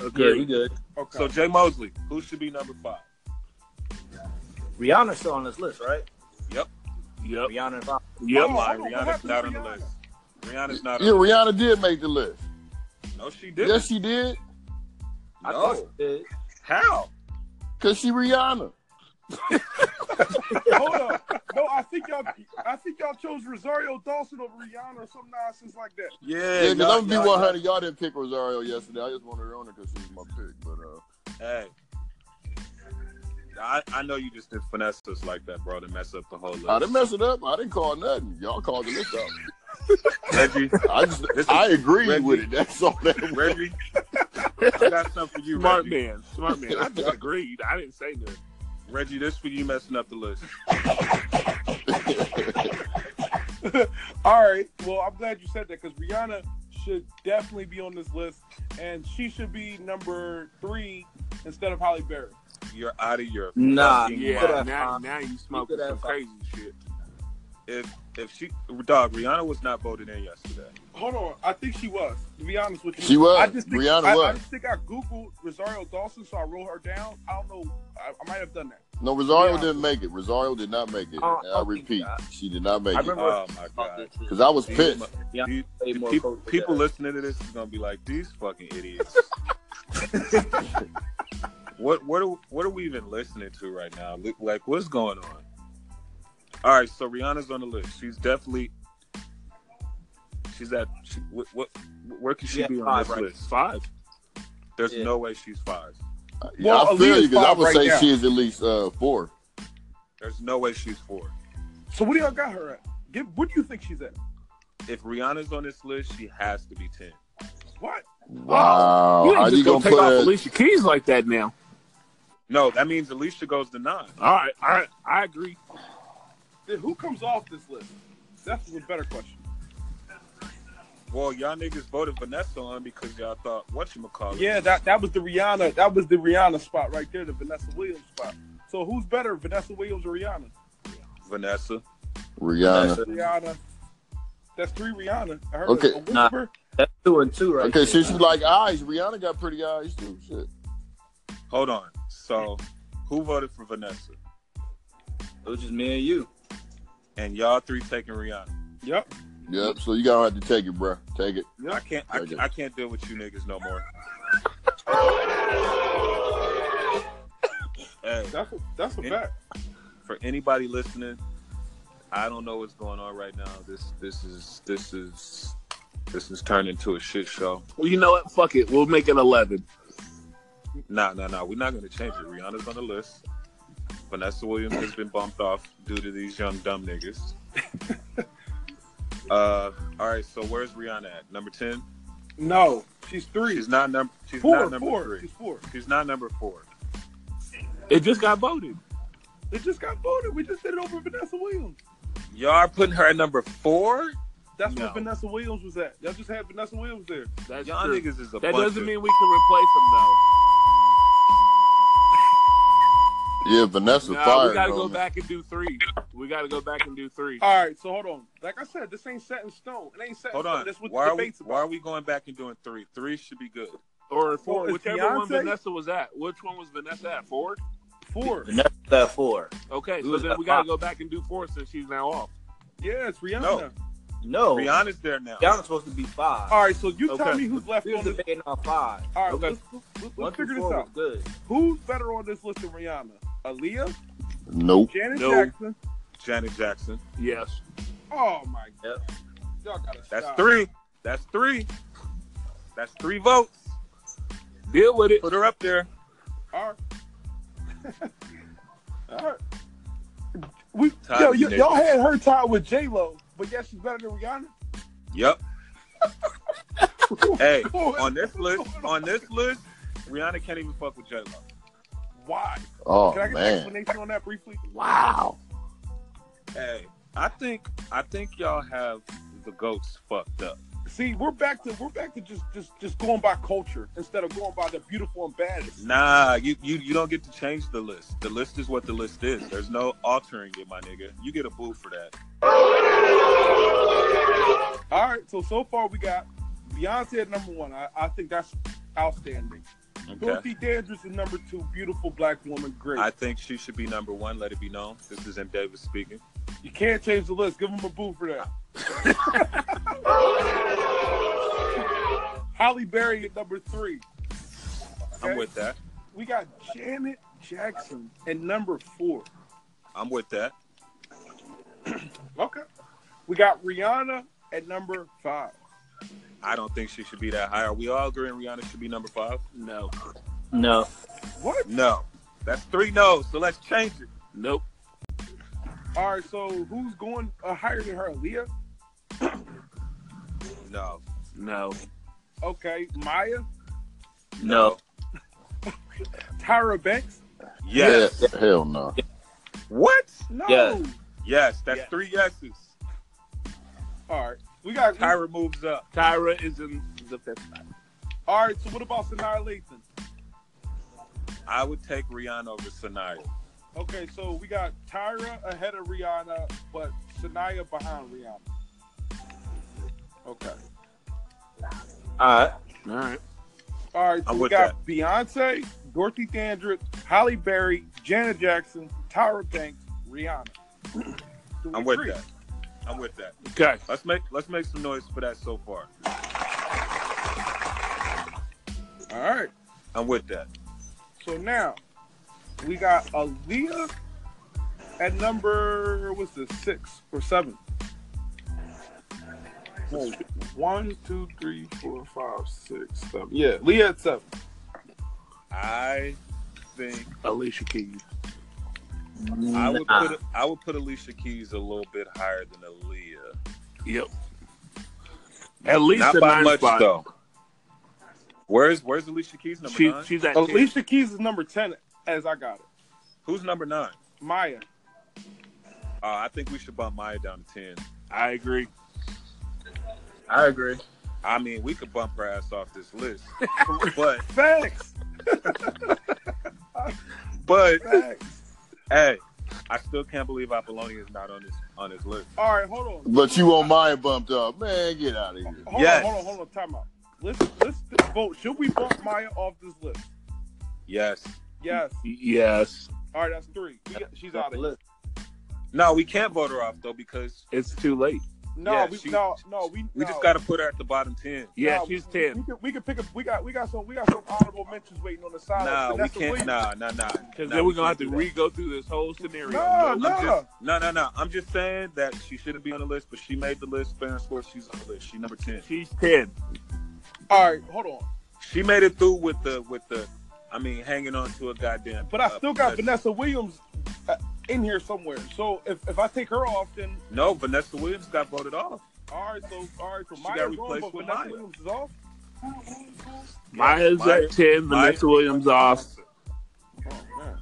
G: Yeah, we
D: Agreed.
G: good.
B: Okay.
C: So Jay Mosley, who should be number five?
G: Rihanna's still on this list, right?
D: Yep.
G: Rihanna and Bob.
D: Yep.
B: Oh,
C: Why
B: hold on, what
C: Rihanna's
B: happened
C: not
B: to
C: on the
B: Rihanna?
C: list. Rihanna's not on
A: Yeah,
C: the list.
A: Rihanna did make the list.
C: No, she didn't.
A: Yes, she did.
G: I thought she
C: No.
G: did.
C: How?
A: Cause she Rihanna.
B: Hold up. No, I think y'all, I think y'all chose Rosario Dawson over Rihanna or some nonsense like that.
A: Yeah,
D: Yeah,
A: because I'm gonna be 100. Y'all didn't pick Rosario yesterday. I just wanted her on it because she was my pick. But uh,
C: Hey. I, I know you just did finesse us like that, bro, to mess up the whole list.
A: I didn't Oh, mess it up. I didn't call nothing. Y'all called the list out. [laughs]
C: Reggie,
A: I just,
C: This is-
A: I agree
C: Reggie.
A: with it. That's all that.
C: [laughs]
A: was.
C: Reggie, I got something for you,
D: Smart
C: Reggie.
D: man, smart man. [laughs] I just agreed. I didn't say nothing.
C: Reggie, this for you messing up the list.
B: All right. Well, I'm glad you said that because Rihanna should definitely be on this list, and she should be number three instead of Holly Berry.
C: You're out of your
G: Nah,
C: fucking
G: You
D: Yeah,
G: could
C: mind.
G: have
D: now,
G: found-
D: now you smoking
G: could have
D: some crazy
G: found-
D: shit.
C: If if she dog, Rihanna was not voted in yesterday.
B: Hold on, I think she was. To be honest with you,
A: She was.
B: I just think,
A: Rihanna
B: I, I
A: was.
B: just think I googled Rosario Dawson, so I wrote her down. I don't know. I, I might have done that.
A: No, Rosario
B: Yeah.
A: didn't make it. Rosario did not make it.
G: Uh,
A: And I
G: okay,
A: repeat,
G: uh,
A: she did not make
G: I
A: it.
G: remember-
C: Oh my god.
A: Because I was pissed.
G: Yeah,
C: You-
G: way more
C: people
G: votes than
C: people
G: her.
C: listening to this is gonna be like, these fucking idiots. [laughs] what what are, what are we even listening to right now? Li- Like, what's going on? All right, so Rihanna's on the list. She's definitely she's at she, what, what where can she
G: Yeah,
C: be on
G: five
C: this
G: right
C: list? Five. There's
G: Yeah.
C: no way she's five.
A: Yeah,
B: Well,
A: I feel
B: Aaliyah's
A: you because I
B: five
A: would
B: right
A: say
B: now.
A: she is at least uh, four.
C: There's no way she's four.
B: So what do y'all got her at? Get, what do you think she's at?
C: If Rihanna's on this list, she has to be ten.
B: What?
A: Wow.
D: you ain't
A: Oh, How
D: just
A: you
D: gonna,
A: going to
D: take
A: put
D: off
A: her?
D: Alicia Keys like that now.
C: No, that means Alicia goes to nine.
D: All right, all right, I agree.
B: Then who comes off this list? That's a better question.
C: Well, y'all niggas voted Vanessa on because y'all thought what you call
B: Yeah, that that was the Rihanna. That was the Rihanna spot right there, the Vanessa Williams spot. So who's better, Vanessa Williams or Rihanna?
C: Vanessa.
A: Rihanna.
B: Rihanna. That's three Rihanna. I heard
A: Okay,
B: a whisper.
G: nah. That's two and two, right?
A: Okay,
G: there.
A: since you like eyes, Rihanna got pretty eyes too. Shit.
C: Hold on. So, who voted for Vanessa?
G: it was just me and you.
C: And y'all three taking Rihanna.
B: Yep.
A: Yep. So you gonna have to take it, bruh. Take it.
C: I can't. I,
A: Okay.
C: I can't deal with you niggas no more. hey,
B: That's a, that's a
C: Yeah.
B: fact.
C: for anybody listening, I don't know what's going on right now. This this is this is this is turned into a shit show.
D: Well, you know what? Fuck it. We'll make it eleven.
C: Nah, nah, nah. We're not gonna change it. Rihanna's on the list. Vanessa Williams has been bumped off due to these young dumb niggas. uh, all right. So where's Rihanna at? Number ten.
B: No, she's three.
C: She's not number. She's
B: four.
C: not number
B: Four.
C: three.
B: She's four.
C: She's not number four.
D: It just got voted.
B: It just got voted. We just did it over Vanessa Williams.
C: Y'all are putting her at number four.
B: That's
C: No.
B: where Vanessa Williams was at. Y'all just had Vanessa Williams there.
D: That's
C: Y'all
D: true.
C: niggas is a
D: That
C: bunch
D: doesn't
C: of-
D: mean we can replace them though.
A: Yeah, Vanessa
D: Nah,
A: fired.
D: we gotta go
A: homie.
D: back and do three. We gotta go back and do three.
B: All right, so hold on. Like I said, this ain't set in stone. It ain't set
C: Hold
B: in stone.
C: on.
B: That's what
C: Why
B: the
C: are, we,
B: debates
C: why are we going back and doing three? Three should be good.
D: Or four,
B: Well, is
D: whichever one
B: Beyonce-
D: Vanessa was at. Which one was Vanessa at? Four?
B: about. Four.
G: Vanessa's at four.
D: Okay, so
G: Who's
D: then
G: at
D: we gotta
G: five?
D: go back and do four since she's now off.
B: Yeah, it's Rihanna.
C: No.
B: Oh.
G: No, Rihanna.
C: Rihanna's there now.
G: Rihanna's supposed to be five.
B: All right, so you tell
D: Okay.
B: me who's left
G: We was
B: on this.
G: debating on five.
B: All right,
D: Okay.
B: let's, let's,
G: One
B: let's
G: through
B: figure this
G: four
B: out.
G: was good.
B: Who's better on this list than Rihanna? Aaliyah,
A: Nope.
B: Janet
D: No.
B: Jackson.
C: Janet Jackson.
D: Yes.
B: Oh my god,
G: Yep.
B: y'all gotta
C: That's
B: stop.
C: three. That's three. That's three votes.
D: Deal with it.
C: Put her up there.
B: All right. [laughs] All right. We,
C: Tied
B: yo,
C: with
B: y-
C: Jay.
B: y'all had her tied with J Lo, but yeah, she's better than Rihanna.
C: Yep. [laughs] hey,
B: What
C: on this
B: is
C: list,
B: going
C: on this list, Rihanna can't even fuck with J Lo.
B: Why?
A: Oh
B: Can I get an
A: man.
B: explanation on that briefly?
D: Wow.
C: Hey, I think I think y'all have the goats fucked up.
B: See, we're back to we're back to just just just going by culture instead of going by the beautiful and baddest.
C: Nah, you, you you don't get to change the list. The list is what the list is. There's no altering it, my nigga. You get a boo for that.
B: All right, so so far we got Beyonce at number one. I, I think that's outstanding.
C: Okay.
B: Dorothy Dandridge is number two. Beautiful black woman, great.
C: I think she should be number one. Let it be known. This is M. Davis speaking.
B: you can't change the list. Give them a boo
C: [laughs]
B: for that. Holly Berry at number three.
C: I'm
B: Okay.
C: with that.
B: We got Janet Jackson at number four.
C: I'm with that.
B: Okay. We got Rihanna at number five.
C: I don't think she should be that high. Are we all agreeing Rihanna should be number five?
D: No.
G: No.
B: What?
C: No. That's three no's, so let's change it.
D: Nope.
B: All right, so who's going uh, higher than her? Leah?
C: No.
D: No.
B: Okay. Maya?
G: No.
B: Tyra Banks?
C: Yes.
A: Yeah, hell no.
C: What?
B: No.
G: Yeah.
C: Yes, that's
D: Yes.
C: three yeses.
B: All right. We got
C: Tyra moves up.
D: Tyra is in the fifth spot.
B: All right, so what about Sanaa Lathan?
C: I would take Rihanna over Sanaya.
B: Okay, so we got Tyra ahead of Rihanna, but Shania behind Rihanna. Okay.
G: All right.
D: All right.
B: All right, so
C: I'm
B: we
C: with
B: got Beyonce, Dorothy Dandridge, Holly Berry, Janet Jackson, Tyra Banks,
C: [clears throat]
B: Rihanna. Do we
C: I'm with
B: agree?
C: that. I'm with that.
D: Okay.
C: Let's make let's make some noise for that so far.
B: All right.
C: I'm with that.
B: So now we got Aaliyah at number what's this six or seven? Whoa. One, two, three, four, five, six, seven. Yeah, Leah at seven.
C: I think
D: Alicia Keys.
C: I would
G: Nah.
C: put I would put Alicia Keys a little bit higher than Aaliyah.
D: Yep. At least
C: Not
D: a
C: by
D: nine
C: much
D: spot.
C: though. Where's Where's Alicia Keys number
D: She,
C: nine?
D: she's at least.
B: Alicia Keys is number ten as I got it.
C: Who's number nine?
B: Maya.
C: Uh, I think we should bump Maya down to ten.
D: I agree.
G: I agree.
C: I mean, we could bump her ass off this
D: [laughs]
C: list, but
B: Facts.
C: but
B: Facts.
C: hey, I still can't believe Apollonia is not on this on this list.
B: All right, hold on.
A: But you want mine bumped up, man? Get out of here.
B: Hold
C: Yes.
B: on, hold on, hold on. Time out. Let's let's vote. Should we bump Maya off this list?
C: Yes.
B: Yes.
D: Yes.
B: All right, that's three. We got, she's out of here.
C: No, we can't vote her off though because
D: It's too late.
B: No,
C: Yeah,
B: we
C: she-
B: no no we
C: we
B: no.
C: just got to put her at the bottom ten.
D: Yeah,
B: Nah,
D: she's
B: we- We
D: 10.
B: can, we can pick up. We got we got some we got some honorable mentions waiting on the side.
C: Nah, we
B: Vanessa
C: can't.
B: Williams.
C: Nah, nah, nah.
D: Because
C: Nah,
D: then we're
C: we
D: going to have
C: can't
D: to
C: do that.
D: re go through this whole scenario.
B: No,
D: Nope.
B: no.
C: I'm just, no, no, no. I'm just saying that she shouldn't be on the list, but she made the list. Fair and square, she's on the list. She number ten.
D: She's 10.
B: All right, hold on.
C: She made it through with the with the, I mean, hanging on to a goddamn.
B: But I
C: uh,
B: still got
C: possession.
B: Vanessa Williams uh, in here somewhere. So if, if I take her off, then
C: No, Vanessa Williams got voted off.
B: all right. So all right, so
C: She
B: Maya's
C: got
B: on,
C: replaced
B: but
C: with
B: Vanessa
C: Maya.
B: Williams is off.
D: Maya's
C: Maya-
D: at 10. Vanessa Williams off.
B: Oh man.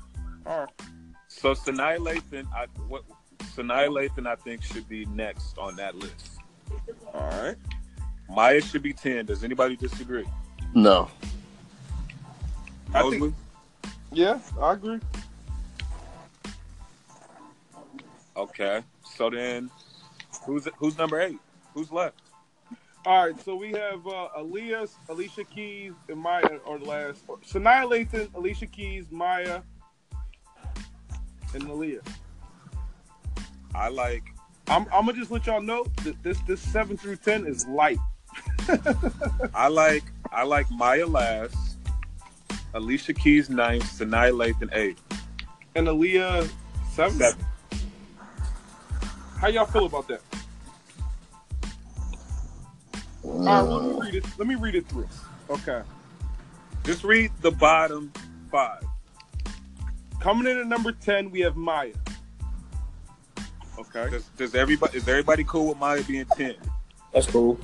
B: All right.
C: So Sanaa Lathan, I, what Sanaa Lathan, I think should be next on that list.
B: All right.
C: Maya should be ten. Does anybody disagree?
A: No.
B: I
C: Mosley?
B: Yeah, I agree.
C: Okay. So then, who's who's number eight? Who's left?
B: All right, so we have uh, Aaliyah, Alicia Keys, and Maya are the last. Or Shania Lathan, Alicia Keys, Maya, and Aaliyah.
C: I like.
B: I'm, I'm gonna just let y'all know that this this seven through ten is light.
C: I like. I like Maya last. Alicia Keys ninth. Sanaa Lathan eighth.
B: And Aaliyah seven.
C: Seven.
B: How y'all feel about that? All right, let me
A: Mm.
B: read it. Let me read it through. Okay,
C: Just read the bottom five.
B: coming in at number ten, we have Maya. Okay,
C: Does, does everybody is everybody cool with Maya being ten?
G: That's cool.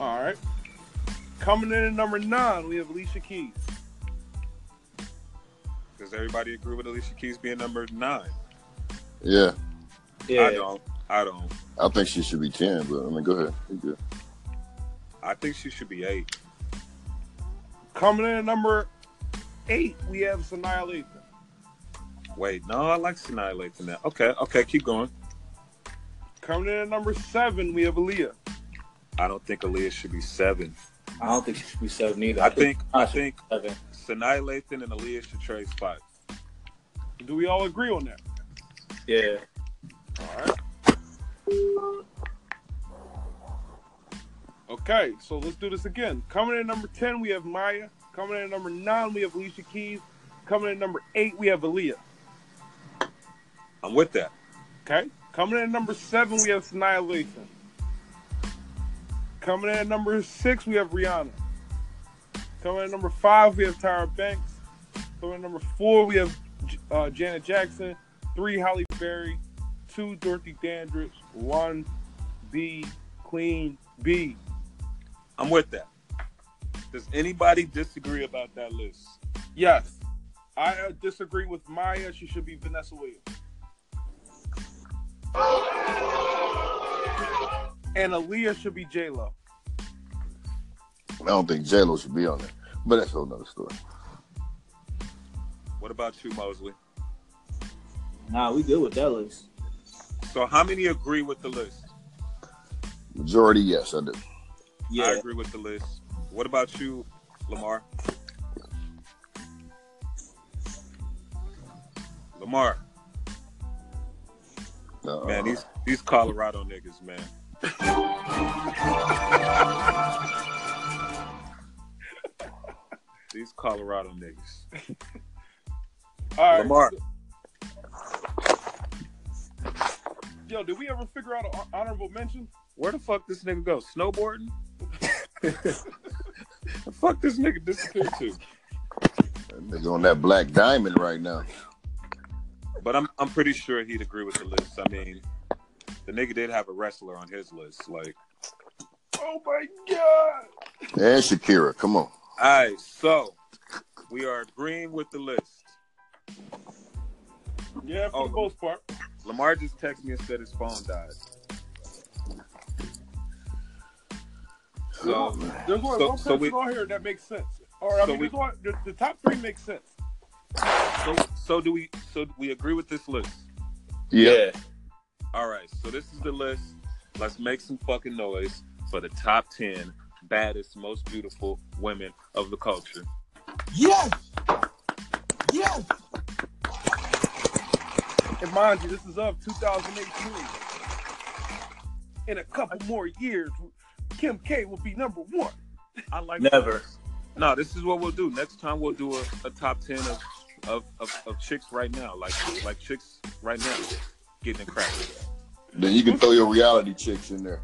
B: all right. Coming in at number nine, we have Alicia Keys.
C: Does everybody agree with Alicia Keys being number nine?
A: Yeah,
C: I
G: Yeah.
C: don't. I don't.
A: I think she should be ten. But I mean, go ahead. You good.
C: I think she should be eight.
B: Coming in at number eight, we have Sanaa Lathan.
C: Wait, no, I like Sanaa Lathan now. Okay, okay, keep going.
B: Coming in at number seven, we have Aaliyah.
C: I don't think Aaliyah should be seven.
G: I don't think she should be seven either.
C: I think I think
G: seven.
C: Sanaa Lathan and Aaliyah should trade spots.
B: Do we all agree on that?
G: Yeah.
B: Okay, so let's do this again. Coming in at number 10, we have Maya. Coming in at number nine, we have Alicia Keys. Coming in at number eight, we have Aaliyah.
C: I'm with that.
B: Okay? Coming in at number seven, we have Annihilation. Coming in at number six, we have Rihanna. Coming in at number five, we have Tyra Banks. Coming in at number four, we have uh, Janet Jackson. Three, Holly Berry. Two, Dorothy Dandridge. One, B, Queen B.
C: I'm with that. Does anybody disagree about that list?
B: Yes. I uh, disagree with Maya. She should be Vanessa Williams. And Aaliyah should be J Lo.
A: I don't think J Lo should be on there, but that's a whole nother story.
C: What about you, Mosley?
G: Nah, we good with that list.
C: So, how many agree with the list?
A: Majority, yes, I do.
C: I
G: Yeah,
C: agree with the list. What about you, Lamar? Lamar,
A: Uh,
C: man, these these Colorado niggas, man. these Colorado niggas.
B: All right.
C: Lamar,
B: Yo, did we ever figure out an honorable mention?
C: where the fuck this nigga go? Snowboarding? the fuck this nigga disappeared to?
A: They're on that black diamond right now.
C: But I'm I'm pretty sure he'd agree with the list. I mean, the nigga did have a wrestler on his list. Like,
B: Oh my god!
A: And Shakira, come on.
C: all right, so we are agreeing with the list.
B: Yeah, for
C: Oh.
B: the most part.
C: Lamar just texted me and said his phone died. So
B: Oh, There's only
C: So-
B: one
C: so
B: person
C: we-
B: on here that makes sense. Or I
C: So
B: mean,
C: we-
B: there's one, the, the top three makes sense.
C: so so do we so do we agree with this list?
A: Yeah.
C: All right, so this is the list. Let's make some fucking noise for the top ten baddest, most beautiful women of the culture.
F: Yes. Yes.
B: And mind you, this is of 2018. In a couple more years, Kim K will be number one.
C: I like
G: never.
C: No, this is what we'll do. Next time we'll do a, a top ten of of, of of chicks right now, like like chicks right now getting it cracked.
A: Then you can throw your reality chicks in there.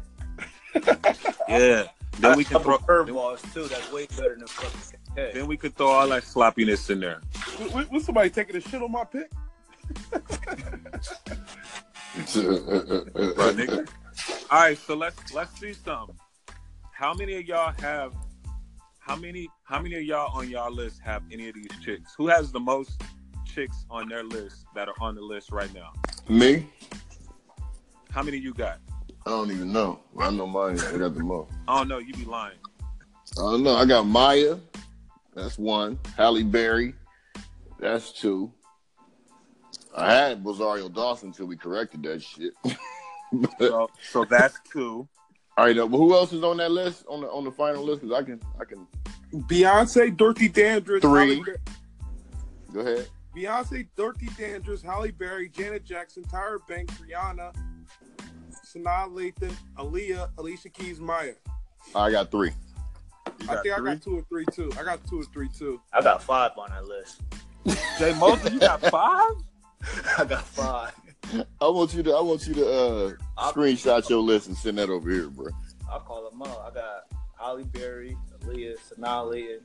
A: [laughs]
C: Yeah. Then we can throw then,
G: curveballs too. That's way better than fucking. Hey,
C: then we can throw all that sloppiness in there.
B: W- w- Was somebody taking a shit on my pick?
C: Right, nigga? all right, so let's let's see some. How many of y'all have how many how many of y'all on y'all list have any of these chicks? Who has the most chicks on their list that are on the list right now?
A: Me?
C: How many you got?
A: I don't even know. I know mine. I got the most.
C: I don't know, you be lying.
A: I don't know. I got Maya. That's one. Halle Berry. That's two. I had Rosario Dawson until we corrected that shit. [laughs] All
C: So so that's two.
A: right, now, but who else is on that list? On the on the final list? Because I can I can
B: Beyonce, Dorothy Dandridge,
A: Three.
B: Holly Ber-
A: go ahead.
B: Beyonce, Dorothy Dandridge, Holly Berry, Janet Jackson, Tyra Banks, Rihanna, Sanaa Lathan, Aaliyah, Alicia Keys, Maya.
A: I got three.
C: You
B: I
C: got
B: think I
C: three?
B: got two or three too. I got two or three too.
G: I got five on that list.
C: Jay Mosley, you got five?
G: [laughs] I got five.
A: I want you to I want you to uh
G: I'll-
A: screenshot your list and send that over here, bro.
G: I'll call them out. I got Holly Berry, Aaliyah, Sanaa Lathan,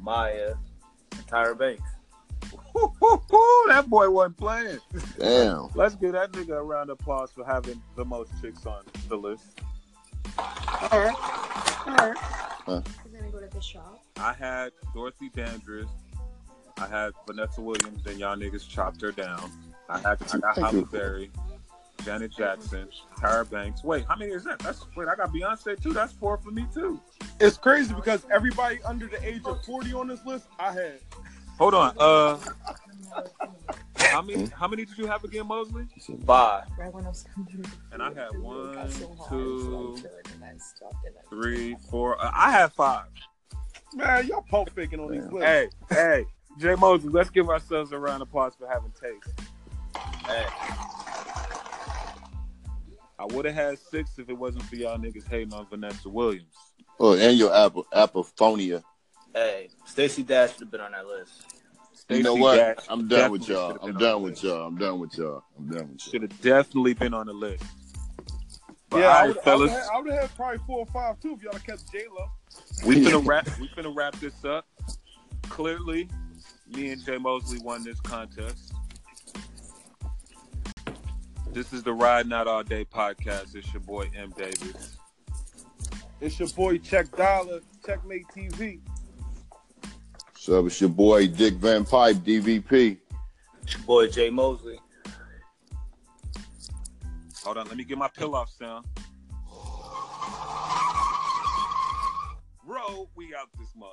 G: Maya, and Tyra Banks.
C: Woo, woo, woo, that boy wasn't playing.
A: Damn.
C: Let's give that nigga a round of applause for having the most chicks on the list.
H: We're gonna go to the shop.
C: I had Dorothy Dandridge. I had Vanessa Williams, and y'all niggas chopped her down. I had I got
A: Thank
C: Holly
A: you.
C: Berry, Janet Jackson, Tyra Banks. Wait, how many is that? That's wait, I got Beyonce too. That's four for me too.
B: It's crazy because everybody under the age of 40 on this list, I had.
C: Hold on. Uh, how many how many did you have again, Mosley?
G: Five.
C: And I had one, two, three, four. Uh, I had five.
B: Man, y'all pump faking on these lists.
C: Hey, hey, Jay Moses, let's give ourselves a round of applause for having taste. Hey. I would have had six if it wasn't for y'all niggas hating on Vanessa Williams.
A: Oh, and your apple apophonia.
G: Hey, Stacey Dash should have been on that list.
A: You know
C: Stacey
A: what?
C: Dash
A: I'm done with
C: definitely
A: y'all.
C: should've
A: I'm
C: been
A: done
C: on
A: with
C: the list.
A: y'all. I'm done with y'all. I'm done with y'all.
C: Should have definitely been on the list. But
B: yeah,
C: all
B: I
C: right,
B: would, I, would
C: fellas,
B: have, I would have had probably four or five too if y'all had kept J Lo.
C: we finna wrap. We finna wrap this up. Clearly, me and Jay Mosley won this contest. This is the Ride Not All Day podcast. It's your boy M Davis.
B: It's your boy Check Dollar, Checkmate TV.
A: [laughs] So it's your boy Dick Van Pipe, DVP.
G: Your boy Jay Mosley.
C: Hold on, let me get my pill off sound. Bro, we out this month.